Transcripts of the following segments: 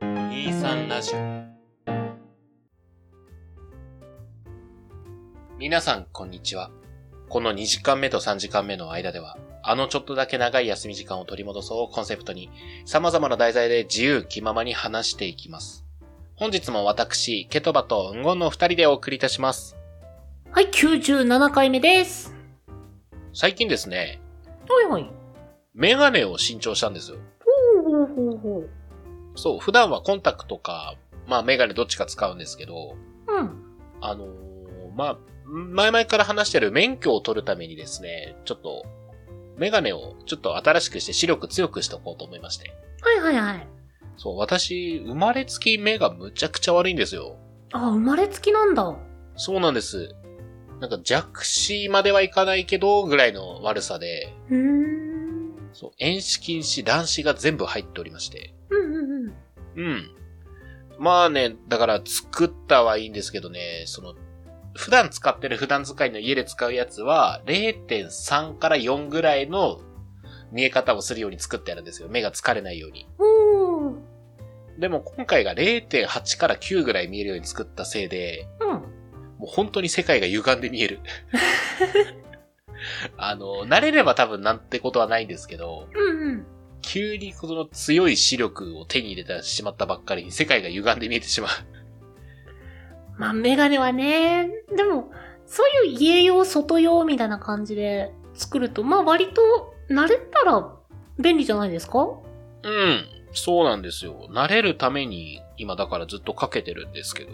B3 ラジオ皆さん、こんにちは。この2時間目と3時間目の間では、あのちょっとだけ長い休み時間を取り戻そうをコンセプトに、様々な題材で自由気ままに話していきます。本日も私、ケトバとンゴンの二人でお送りいたします。はい、97回目です。最近ですね、はいはい。メガネを新調したんですよ。ほうほうほうほう。そう、普段はコンタクトか、まあメガネどっちか使うんですけど、うん。あのーまあ、前々から話してる免許を取るためにですね、ちょっと、メガネをちょっと新しくして視力強くしておこうと思いまして。はいはいはい。そう、私、生まれつき目がむちゃくちゃ悪いんですよ。あ、生まれつきなんだ。そうなんです。なんか弱視まではいかないけど、ぐらいの悪さで、うーん。そう、遠視禁止、乱視が全部入っておりまして。うんうんうん。うん。まあね、だから作ったはいいんですけどね、その、普段使ってる普段使いの家で使うやつは、0.3から4ぐらいの見え方をするように作ってあるんですよ。目が疲れないように。おー。でも今回が0.8から9ぐらい見えるように作ったせいで、うん。もう本当に世界が歪んで見える。あの、慣れれば多分なんてことはないんですけど、うんうん。急にこの強い視力を手に入れてしまったばっかりに世界が歪んで見えてしまう。まあ、メガネはね、でも、そういう家用、外用みたいな感じで作ると、まあ割と慣れたら便利じゃないですかうん。そうなんですよ。慣れるために、今だからずっとかけてるんですけど。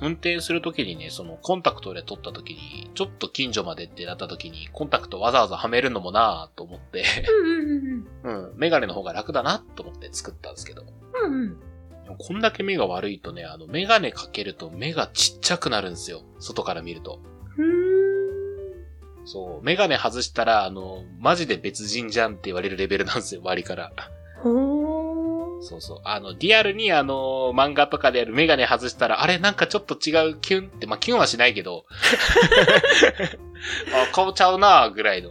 運転するときにね、そのコンタクトで撮ったときに、ちょっと近所までってなったときに、コンタクトわざわざはめるのもなぁと思って、 うんうんうんうん、メガネの方が楽だなと思って作ったんですけど。うん。うんうん。でもこんだけ目が悪いとね、あの、メガネかけると目がちっちゃくなるんですよ。外から見ると。うーん。そう、メガネ外したら、あの、マジで別人じゃんって言われるレベルなんですよ、割りから。ほー。そうそう。あの、リアルにあの、漫画とかであるメガネ外したら、あれなんかちょっと違うキュンって、まあ、キュンはしないけど、あ、顔ちゃうなぐらいの、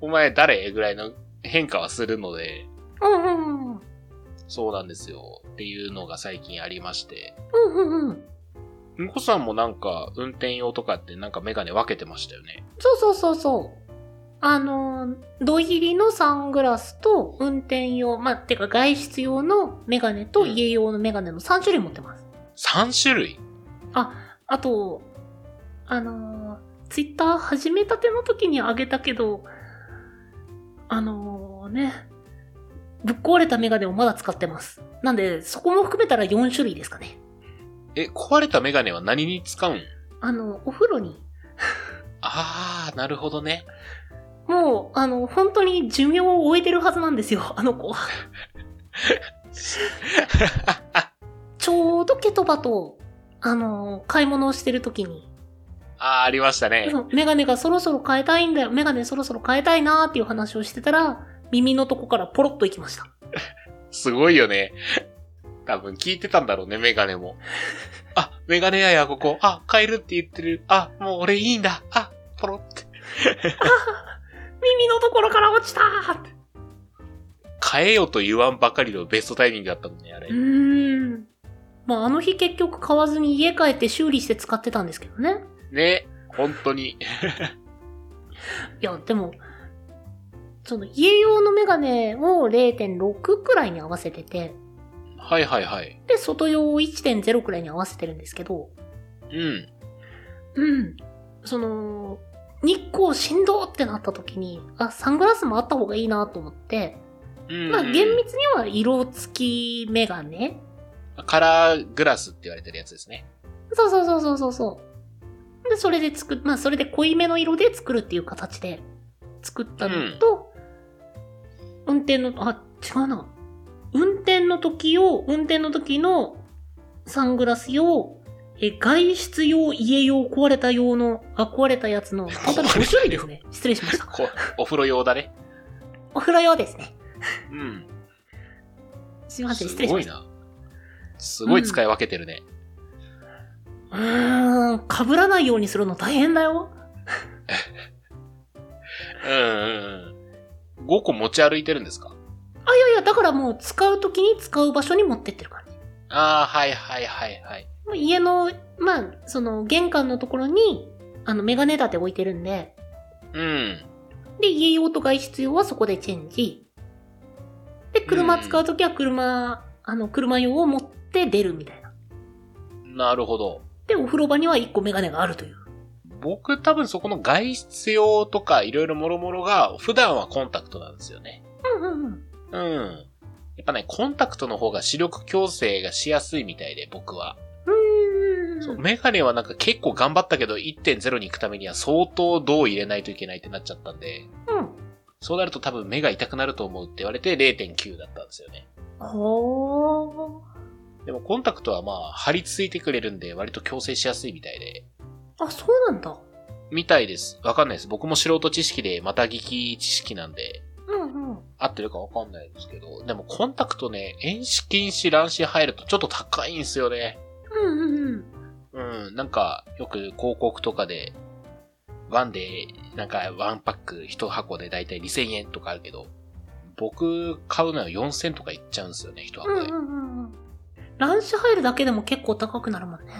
お前誰ぐらいの変化はするので、うんうんうん。そうなんですよ。っていうのが最近ありまして。うんうんうん。んこさんもなんか、運転用とかってなんかメガネ分けてましたよね。そうそうそうそう。あのー、土入りのサングラスと運転用、まあ、てか外出用のメガネとうん家用のメガネの3種類持ってます。 3種類あと、あのー、ツイッター始めたての時にあげたけど、あのー、ね、ぶっ壊れたメガネをまだ使ってます。なんで、そこも含めたら4種類ですかね。え、壊れたメガネは何に使うんあの、お風呂に、あー、なるほどね。もう、あの、本当に寿命を終えてるはずなんですよ、 あの子は。ちょうどケトバと、あのー買い物をしてる時に、あー、ありましたねそ。のメガネがそろそろ変えたいんだよ、メガネそろそろ変えたいなーっていう話をしてたら、耳のとこからポロッと行きました。すごいよね。多分聞いてたんだろうね、メガネも。あ、メガネ屋や、ここ。あ、買えるって言ってる。あ、もう俺いいんだ。あ、ポロって。耳のところから落ちたーって。買えよと言わんばかりのベストタイミングだったもんね、あれう。ーん。まあ、あの日結局買わずに家帰って修理して使ってたんですけどね。ね。本当に。いや、でも、その家用のメガネを0.6くらいに合わせてて、はいはいはい。で、外用を1.0くらいに合わせてるんですけど、うん。うん。その、日光しんどってなった時に、あ、サングラスもあった方がいいなと思って、うん、まあ厳密には色付きメガネカラーグラスって言われてるやつですね。そうそうそうそうそうそう。で、それで作っ、まあそれで濃いめの色で作るっていう形で作ったのと、運転の、あ、違うな。運転の時を、運転の時のサングラス用、え外出用、家用、壊れた用の、あ、壊れたやつの、本当に5種類ですね。失礼しました。 こお風呂用だね。お風呂用ですね。うん。すいません、す失礼しごまいした。な。すごい使い分けてるね。うーん、被らないようにするの大変だよ。うん、うん、うん。5個持ち歩いてるんですかあ、いやいや、だからもう使う時に使う場所に持ってってる感じ。ああ、はいはいはいはい。もう家の、まあ、その玄関のところに、あの、メガネ立て置いてるんで、うん。で、家用と外出用はそこでチェンジ。で、車使う時は車、あの、車用を持って出るみたいな。なるほど。で、お風呂場には1個メガネがあるという。僕多分そこの外出用とかいろいろもろもろが、普段はコンタクトなんですよね。うんうんうん。うん。やっぱね、コンタクトの方が視力矯正がしやすいみたいで、僕は。うーん。そう、メガネはなんか結構頑張ったけど、1.0に行くためには相当銅を入れないといけないってなっちゃったんで、うん。そうなると多分目が痛くなると思うって言われて0.9だったんですよね。ほー。でもコンタクトはまあ、張り付いてくれるんで、割と矯正しやすいみたいで。あ、そうなんだ。みたいです。わかんないです。僕も素人知識で、また聞き知識なんで、うんうん。合ってるかわかんないですけど、でもコンタクトね、遠視近視乱視入るとちょっと高いんですよね。うんうんうん。うん、なんか、よく広告とかで、ワンで、なんか、ワンパック一箱でだいたい2000円とかあるけど、僕、買うのは4000とかいっちゃうんですよね、一う箱んで。うんうん。乱視入るだけでも結構高くなるもんね。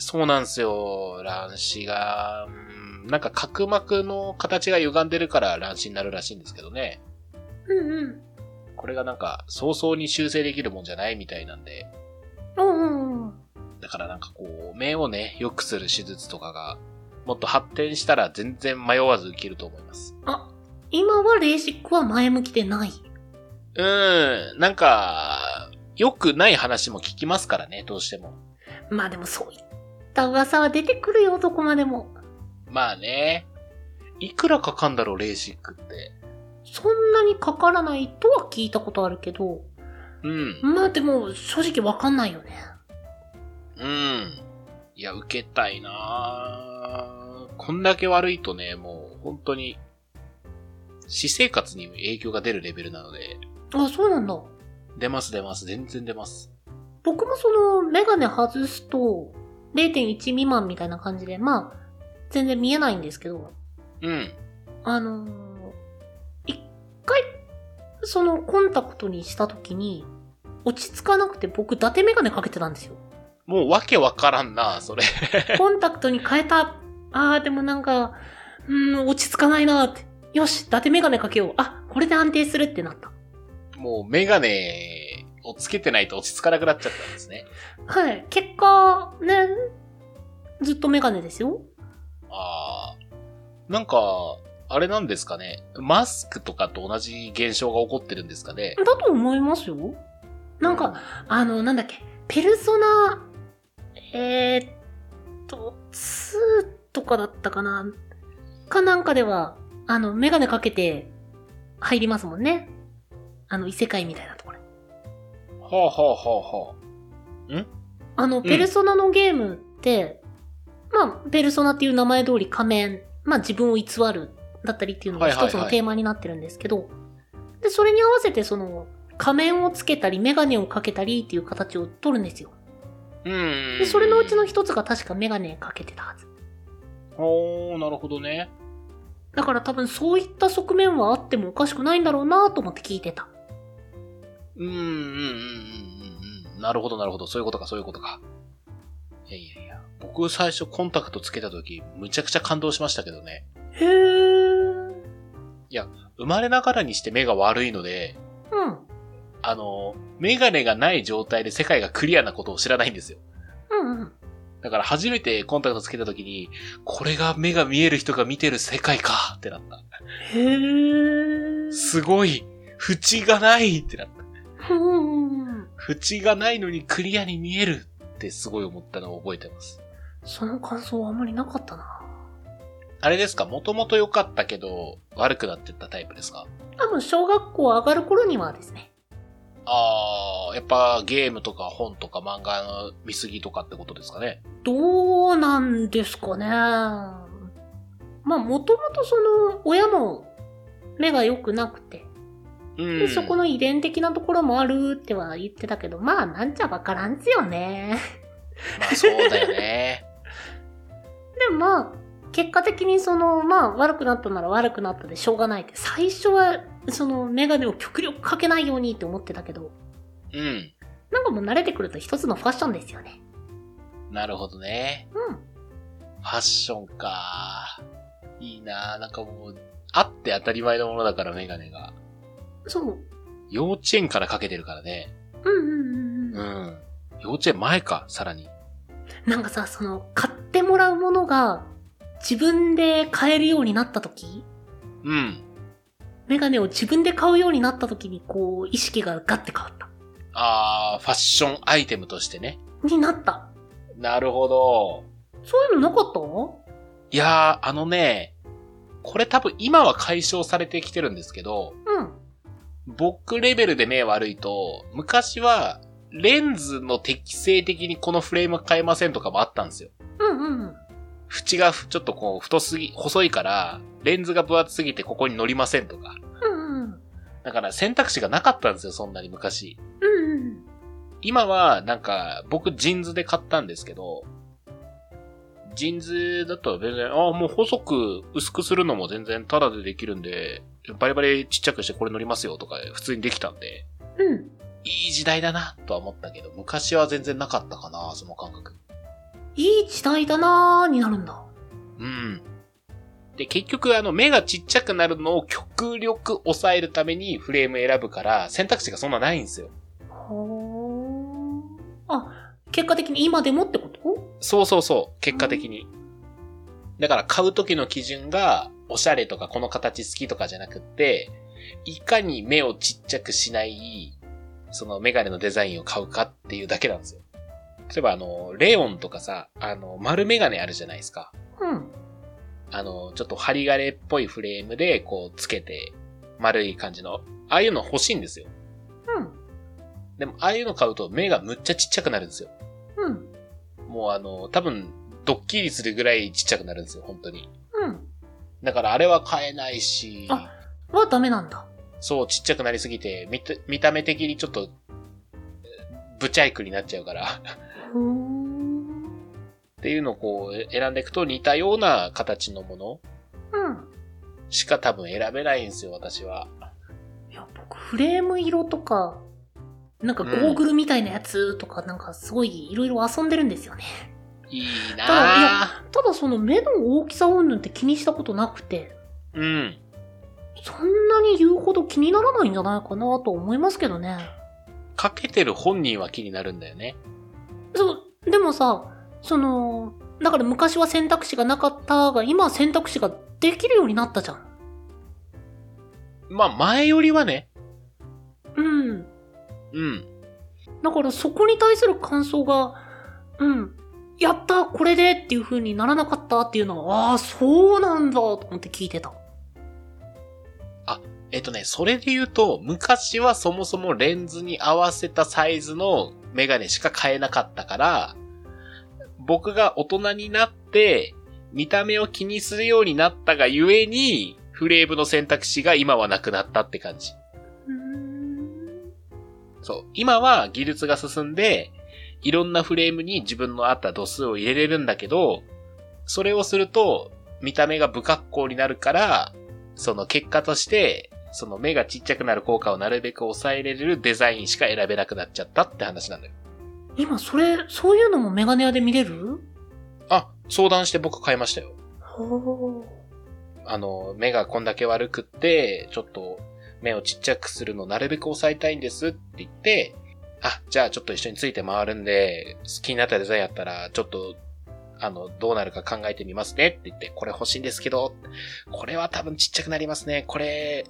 そうなんですよ、乱視が、うんなんか角膜の形が歪んでるから乱視になるらしいんですけどね。うんうん。これがなんか、早々に修正できるもんじゃないみたいなんで、うんうんうん。だからなんかこう、目をね、良くする手術とかが、もっと発展したら全然迷わず受けると思います。あ、今はレーシックは前向きでない。うーん、なんか、良くない話も聞きますからね、どうしても。まあでもそういった噂は出てくるよ、どこまでも。まあね。いくらかかんだろう、レーシックって。そんなにかからないとは聞いたことあるけど、うん。まあでも正直わかんないよね。うん。いや、受けたいなぁこんだけ悪いとね、もう、本当に、私生活に影響が出るレベルなので、あ、そうなんだ。出ます出ます、全然出ます。僕もそのメガネ外すと0.1未満みたいな感じで、まあ全然見えないんですけど、うん。あのー一回そのコンタクトにした時に落ち着かなくて僕伊達メガネかけてたんですよ。もう、わけわからんなぁそれ。コンタクトに変えた。あーでもなんか、うーん、落ち着かないなーって。よし、伊達メガネかけよう。あ、これで安定するってなった。もう、メガネをつけてないと落ち着かなくなっちゃったんですね。はい。結果、ね、ずっとメガネですよ。ああ。なんか、あれなんですかね。マスクとかと同じ現象が起こってるんですかね。だと思いますよ。なんか、、あの、なんだっけ、ペルソナ、えー、っと、2とかだったかなかなんかでは、あの、メガネかけて入りますもんね。あの、異世界みたいなところに。はあ、はあはあはあの、ペルソナのゲームって、まあ、ペルソナっていう名前通り仮面、まあ自分を偽るだったりっていうのがはいはいは一いつのテーマになってるんですけど、で、それに合わせてその、仮面をつけたり、メガネをかけたりっていう形を取るんですよ。あ。うん。で、それのうちの。一つが確かメガネかけてたはず。おー、なるほどね。だから多分そういった側面はあってもおかしくないんだろうなと思って聞いてた。うん、うん、うん、うん、うん。なるほど、なるほど。そういうことか、そういうことか。いやいやいや。僕最初コンタクトつけた時、むちゃくちゃ感動しましたけどね。へー。生まれながらにして目が悪いので、うん。あの、メガネがない状態で世界がクリアなことを知らないんですよ。うんうん。だから初めてコンタクトつけた時に、これが目が見える人が見てる世界かってなった。へー。すごい縁がないってなった。うんうんうん。縁がないのにクリアに見えるってすごい思ったのを覚えてます。その感想はあんまりなかったな。あれですかもともと良かったけど、悪くなってったタイプですか多分小学校上がる頃にはですね。あー、やっぱゲームとか本とか漫画の見過ぎとかってことですかねどうなんですかね。まあもともとその親も目が良くなくて、うでん。そこの遺伝的なところもあるっては言ってたけど、まあなんちゃわからんっすよね。 まあそうだよね。でもまあ、結果的にその、まあ悪くなったなら悪くなったでしょうがないって、最初はそのメガネを極力かけないようにって思ってたけど、うん。なんかもう慣れてくると一つのファッションですよね。なるほどね。うん。ファッションか。いいなぁ。なんかもう、あって当たり前のものだから、メガネが。そう。幼稚園からかけてるからね。うんうんうんううん。ん。幼稚園前か、さらに。なんかさ、その、買ってもらうものが自分で買えるようになった時うん。メガネを自分で買うようになった時にこう、意識がガッて変わった。あー、ファッションアイテムとしてね。になった。なるほど。そういうのなかったいやー、あのね、これ多分今は解消されてきてるんですけど、うん。僕レベルで目悪いと、昔は、レンズの適正的にこのフレーム変えませんとかもあったんですよ。うんうんうん。縁がふちょっとこう太すぎ、細いから、レンズが分厚すぎてここに乗りませんとか。うんうん。だから選択肢がなかったんですよ、そんなに昔。うんうん。今は、なんか、僕、ジーンズで買ったんですけど、ジーンズだと全然、ああ、もう細く、薄くするのも全然タダでできるんで、バリバリちっちゃくしてこれ乗りますよとか、普通にできたんで、うん。いい時代だな、とは思ったけど、昔は全然なかったかな、その感覚。いい時代だなーになるんだ。うん。で、結局、あの、目がちっちゃくなるのを極力抑えるためにフレーム選ぶから、選択肢がそんなないんですよ。ほー。あ、結果的に今でもってことそうそうそう、結果的に。だから買う時の基準が、おしゃれとかこの形好きとかじゃなくって、いかに目をちっちゃくしない、そのメガネのデザインを買うかっていうだけなんですよ。例えばあの、レオンとかさ、あの、丸メガネあるじゃないですか。うん。あの、ちょっと針金っぽいフレームでこうつけて、丸い感じの、ああいうの欲しいんですよ。うん。でも、ああいうの買うと目がむっちゃちっちゃくなるんですよ。うん。もうあの、多分、ドッキリするぐらいちっちゃくなるんですよ、本当に。うん。だからあれは買えないし、あはダメなんだ。そう、ちっちゃくなりすぎて、見た、見た目的にちょっと、えーブチャイクになっちゃうから、 っほー。ていうのをこうえ選んでいくと似たような形のものうん。しか多分選べないんですよ、私は。いや、僕、フレーム色とか、なんかゴーグルみたいなやつとか、なんかすごいいろいろ遊んでるんですよね。いいただいやなぁ。ただその目の大きさ云々って気にしたことなくて、うん。そんなに言うほど気にならないんじゃないかなと思いますけどね。かけてる本人は気になるんだよね。そう、でもさ、その、だから昔は選択肢がなかったが、今は選択肢ができるようになったじゃん。まあ、前よりはね。うん。うん。だからそこに対する感想が、うん、やったこれでっていう風にならなかったっていうのは、ああ、そうなんだと思って聞いてた。えっとね、それで言うと、昔はそもそもレンズに合わせたサイズのメガネしか買えなかったから、僕が大人になって、見た目を気にするようになったがゆえに、フレームの選択肢が今はなくなったって感じ。うーん。そう。今は技術が進んで、いろんなフレームに自分の合った度数を入れれるんだけど、それをすると、見た目が不格好になるから、その結果として、その目がちっちゃくなる効果をなるべく抑えれるデザインしか選べなくなっちゃったって話なんだよ。今、それ、そういうのもメガネ屋で見れるあ、相談して僕買いましたよ。ほあの、目がこんだけ悪くって、ちょっと目をちっちゃくするのなるべく抑えたいんですって言って、あ、じゃあちょっと一緒について回るんで、好きになったデザインやったら、ちょっと、あの、どうなるか考えてみますねって言って、これ欲しいんですけど、これは多分ちっちゃくなりますね。これ、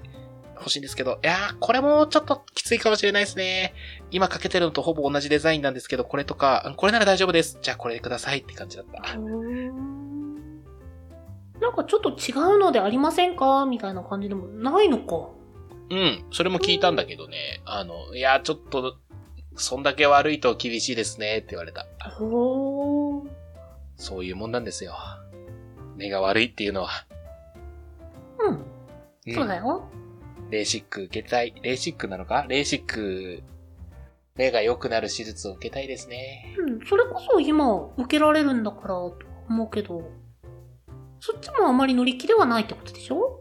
欲しいんですけど、いやー、これもちょっときついかもしれないですね。今かけてるのとほぼ同じデザインなんですけど、これとか、うんこれなら大丈夫です。じゃあこれでくださいって感じだった。なんかちょっと違うのでありませんかみたいな感じでもないのか。うん、それも聞いたんだけどね、あの、いや、ちょっと、そんだけ悪いと厳しいですね、って言われた。ほー。そういうもんなんですよ。目が悪いっていうのは。うん。んそうだよ。レーシック受けたい。レーシックなのかレーシック、目が良くなる手術を受けたいですね。うん。それこそ今、受けられるんだから、と思うけど。そっちもあまり乗り気ではないってことでしょ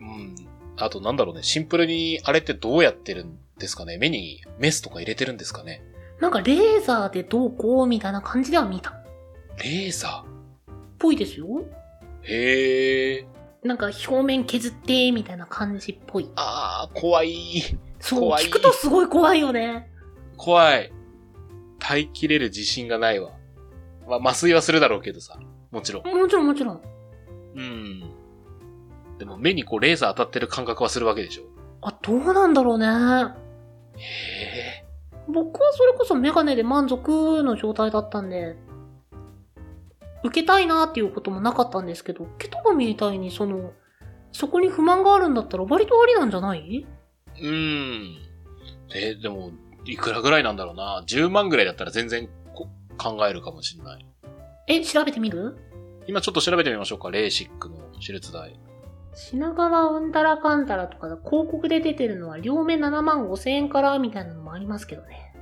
うん。あとなんだろうね、シンプルにあれってどうやってるんですかね目にメスとか入れてるんですかねなんかレーザーでどうこうみたいな感じでは見たっレーザぽいですよ。ーへえ。なんか表面削ってみたいな感じっぽい。あー、怖い。そう、怖い聞くとすごい怖いよね。怖い。耐えきれる自信がないわ。まあ、麻酔はするだろうけどさ。もちろん。もちろんもちろん。うん。でも目にこうレーザー当たってる感覚はするわけでしょあ、どうなんだろうね。へえ。僕はそれこそメガネで満足の状態だったんで、受けたいなっていうこともなかったんですけど、ケトバみたいにその、そこに不満があるんだったら割とありなんじゃないうん。え、でも、いくらぐらいなんだろうな。10万ぐらいだったら全然こ考えるかもしれない。え、調べてみる今ちょっと調べてみましょうか。レーシックの手術代。品川うんたらかんたらとか広告で出てるのは両目7万5千円からみたいなのもありますけどね。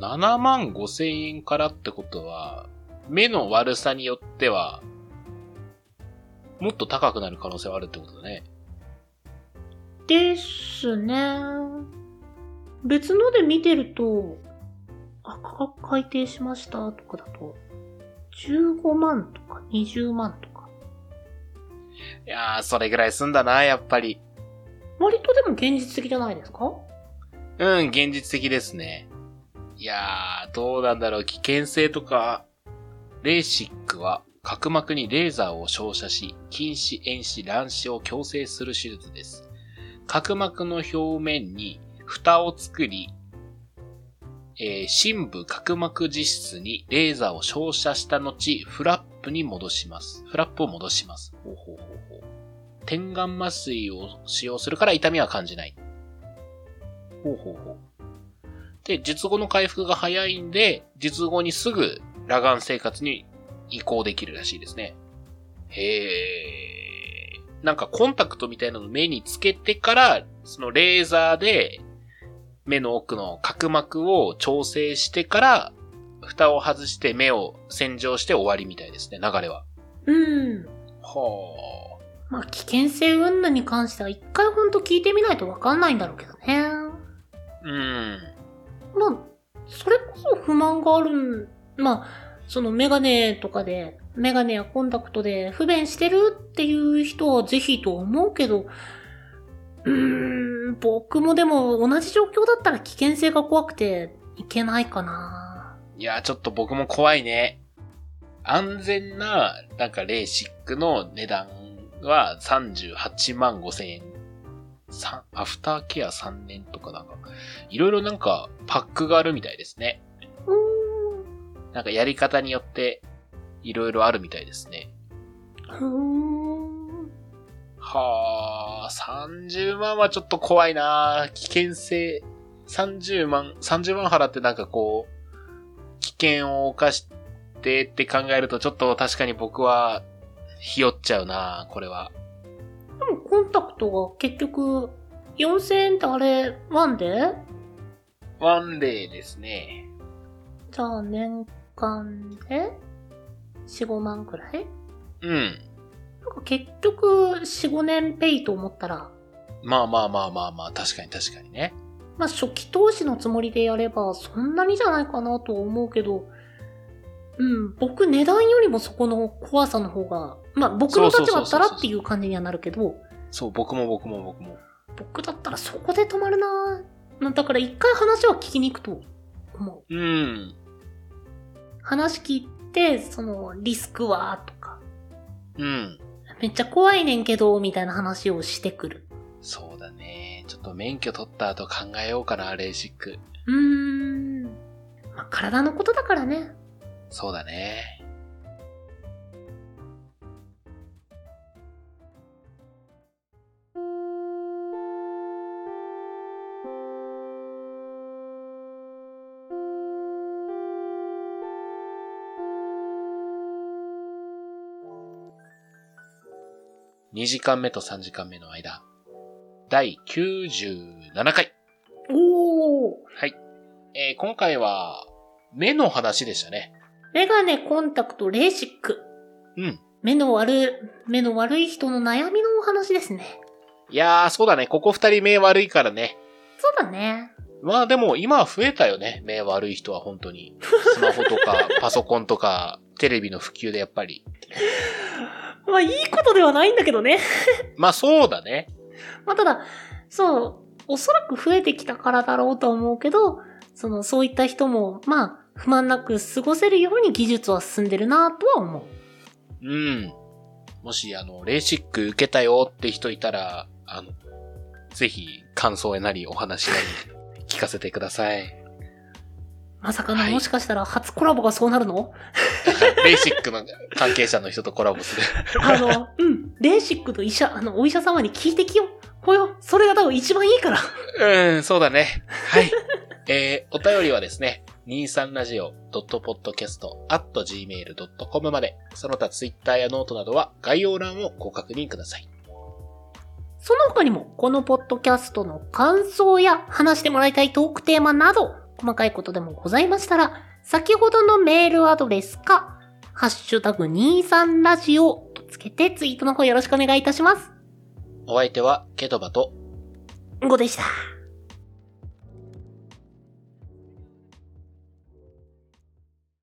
7万5千円からってことは、目の悪さによっては、もっと高くなる可能性はあるってことだね。ですね。別ので見てると、あ、価格改定しましたとかだと、15万とか20万とか。いやー、それぐらいすんだな、やっぱり。割とでも現実的じゃないですかうん、現実的ですね。いやー、どうなんだろう、危険性とか。レーシックは、角膜にレーザーを照射し、近視、遠視、乱視を矯正する手術です。角膜の表面に蓋を作り、えー、深部角膜実質にレーザーを照射した後、フラップに戻します。フラップを戻します。ほうほうほうほう。点眼麻酔を使用するから痛みは感じない。ほうほうほう。で、術後の回復が早いんで、術後にすぐ裸眼生活に移行できるらしいですね。へー。なんかコンタクトみたいなの目につけてから、そのレーザーで目の奥の角膜を調整してから、蓋を外して目を洗浄して終わりみたいですね、流れは。うん。はまあ危険性云々に関しては一回ほんと聞いてみないとわかんないんだろうけどね。あ。うん。まあ、それこそ不満があるん、まあ、そのメガネとかで、メガネやコンタクトで不便してるっていう人はぜひと思うけど、うーん、僕もでも同じ状況だったら危険性が怖くていけないかな。いやー、ちょっと僕も怖いね。安全な、なんかレーシックの値段は38万5千円。さアフターケア3年とかなんか、いろいろなんかパックがあるみたいですね。うーなんかやり方によって、いろいろあるみたいですね。ん。うーん。はあ、30万はちょっと怖いな危険性。30万、30万払ってなんかこう、危険を犯してって考えるとちょっと確かに僕は、ひよっちゃうなこれは。でもコンタクトが結局、4000円ってあれ、ワンでワンデーですね。じゃあ年間で4、5万くらいうん。なんか結局、4、5年ペイと思ったら、まあまあまあまあまあ、確かに確かにね。まあ初期投資のつもりでやれば、そんなにじゃないかなとは思うけど、うん、僕値段よりもそこの怖さの方が、まあ僕の立場だったらっていう感じにはなるけど、そう、僕も僕も僕も。僕だったらそこで止まるなぁまあだから一回話は聞きに行くと思う。うん。話聞いて、そのリスクはとか、うん。めっちゃ怖いねんけど、みたいな話をしてくる。そうだね。ちょっと免許取った後考えようかな、レーシック。うーん。まあ体のことだからね。そうだね。2時間目と3時間目の間、第97回。おお。はい。えー今回は、目の話でしたね。メガネ、コンタクト、レーシック。うん。目の悪い、目の悪い人の悩みのお話ですね。いやー、そうだね。ここ二人目悪いからね。そうだね。まあでも今は増えたよね。目悪い人は本当に。スマホとかパソコンとかテレビの普及でやっぱり。まあいいことではないんだけどね。まあそうだね。 まあただ、そう、おそらく増えてきたからだろうとは思うけど、その、そういった人も、まあ、不満なく過ごせるように技術は進んでるなとは思う。うん。もし、あの、レーシック受けたよって人いたら、あの、ぜひ感想やなりお話なり聞かせてください。まさかの、はいもしかしたら初コラボがそうなるの レーシックの関係者の人とコラボする。あの、うん、レーシックと医者、あの、お医者様に聞いてきよ。ほよ、それが多分一番いいから。うん、そうだね。 はい。えー、お便りはですね、23radio.podcast.gmail.com まで、その他ツイッターやノートなどは概要欄をご確認ください。その他にも、このポッドキャストの感想や話してもらいたいトークテーマなど、細かいことでもございましたら、先ほどのメールアドレスか、ハッシュタグ23ラジオとつけてツイートの方よろしくお願いいたします。お相手はケトバとんごでした。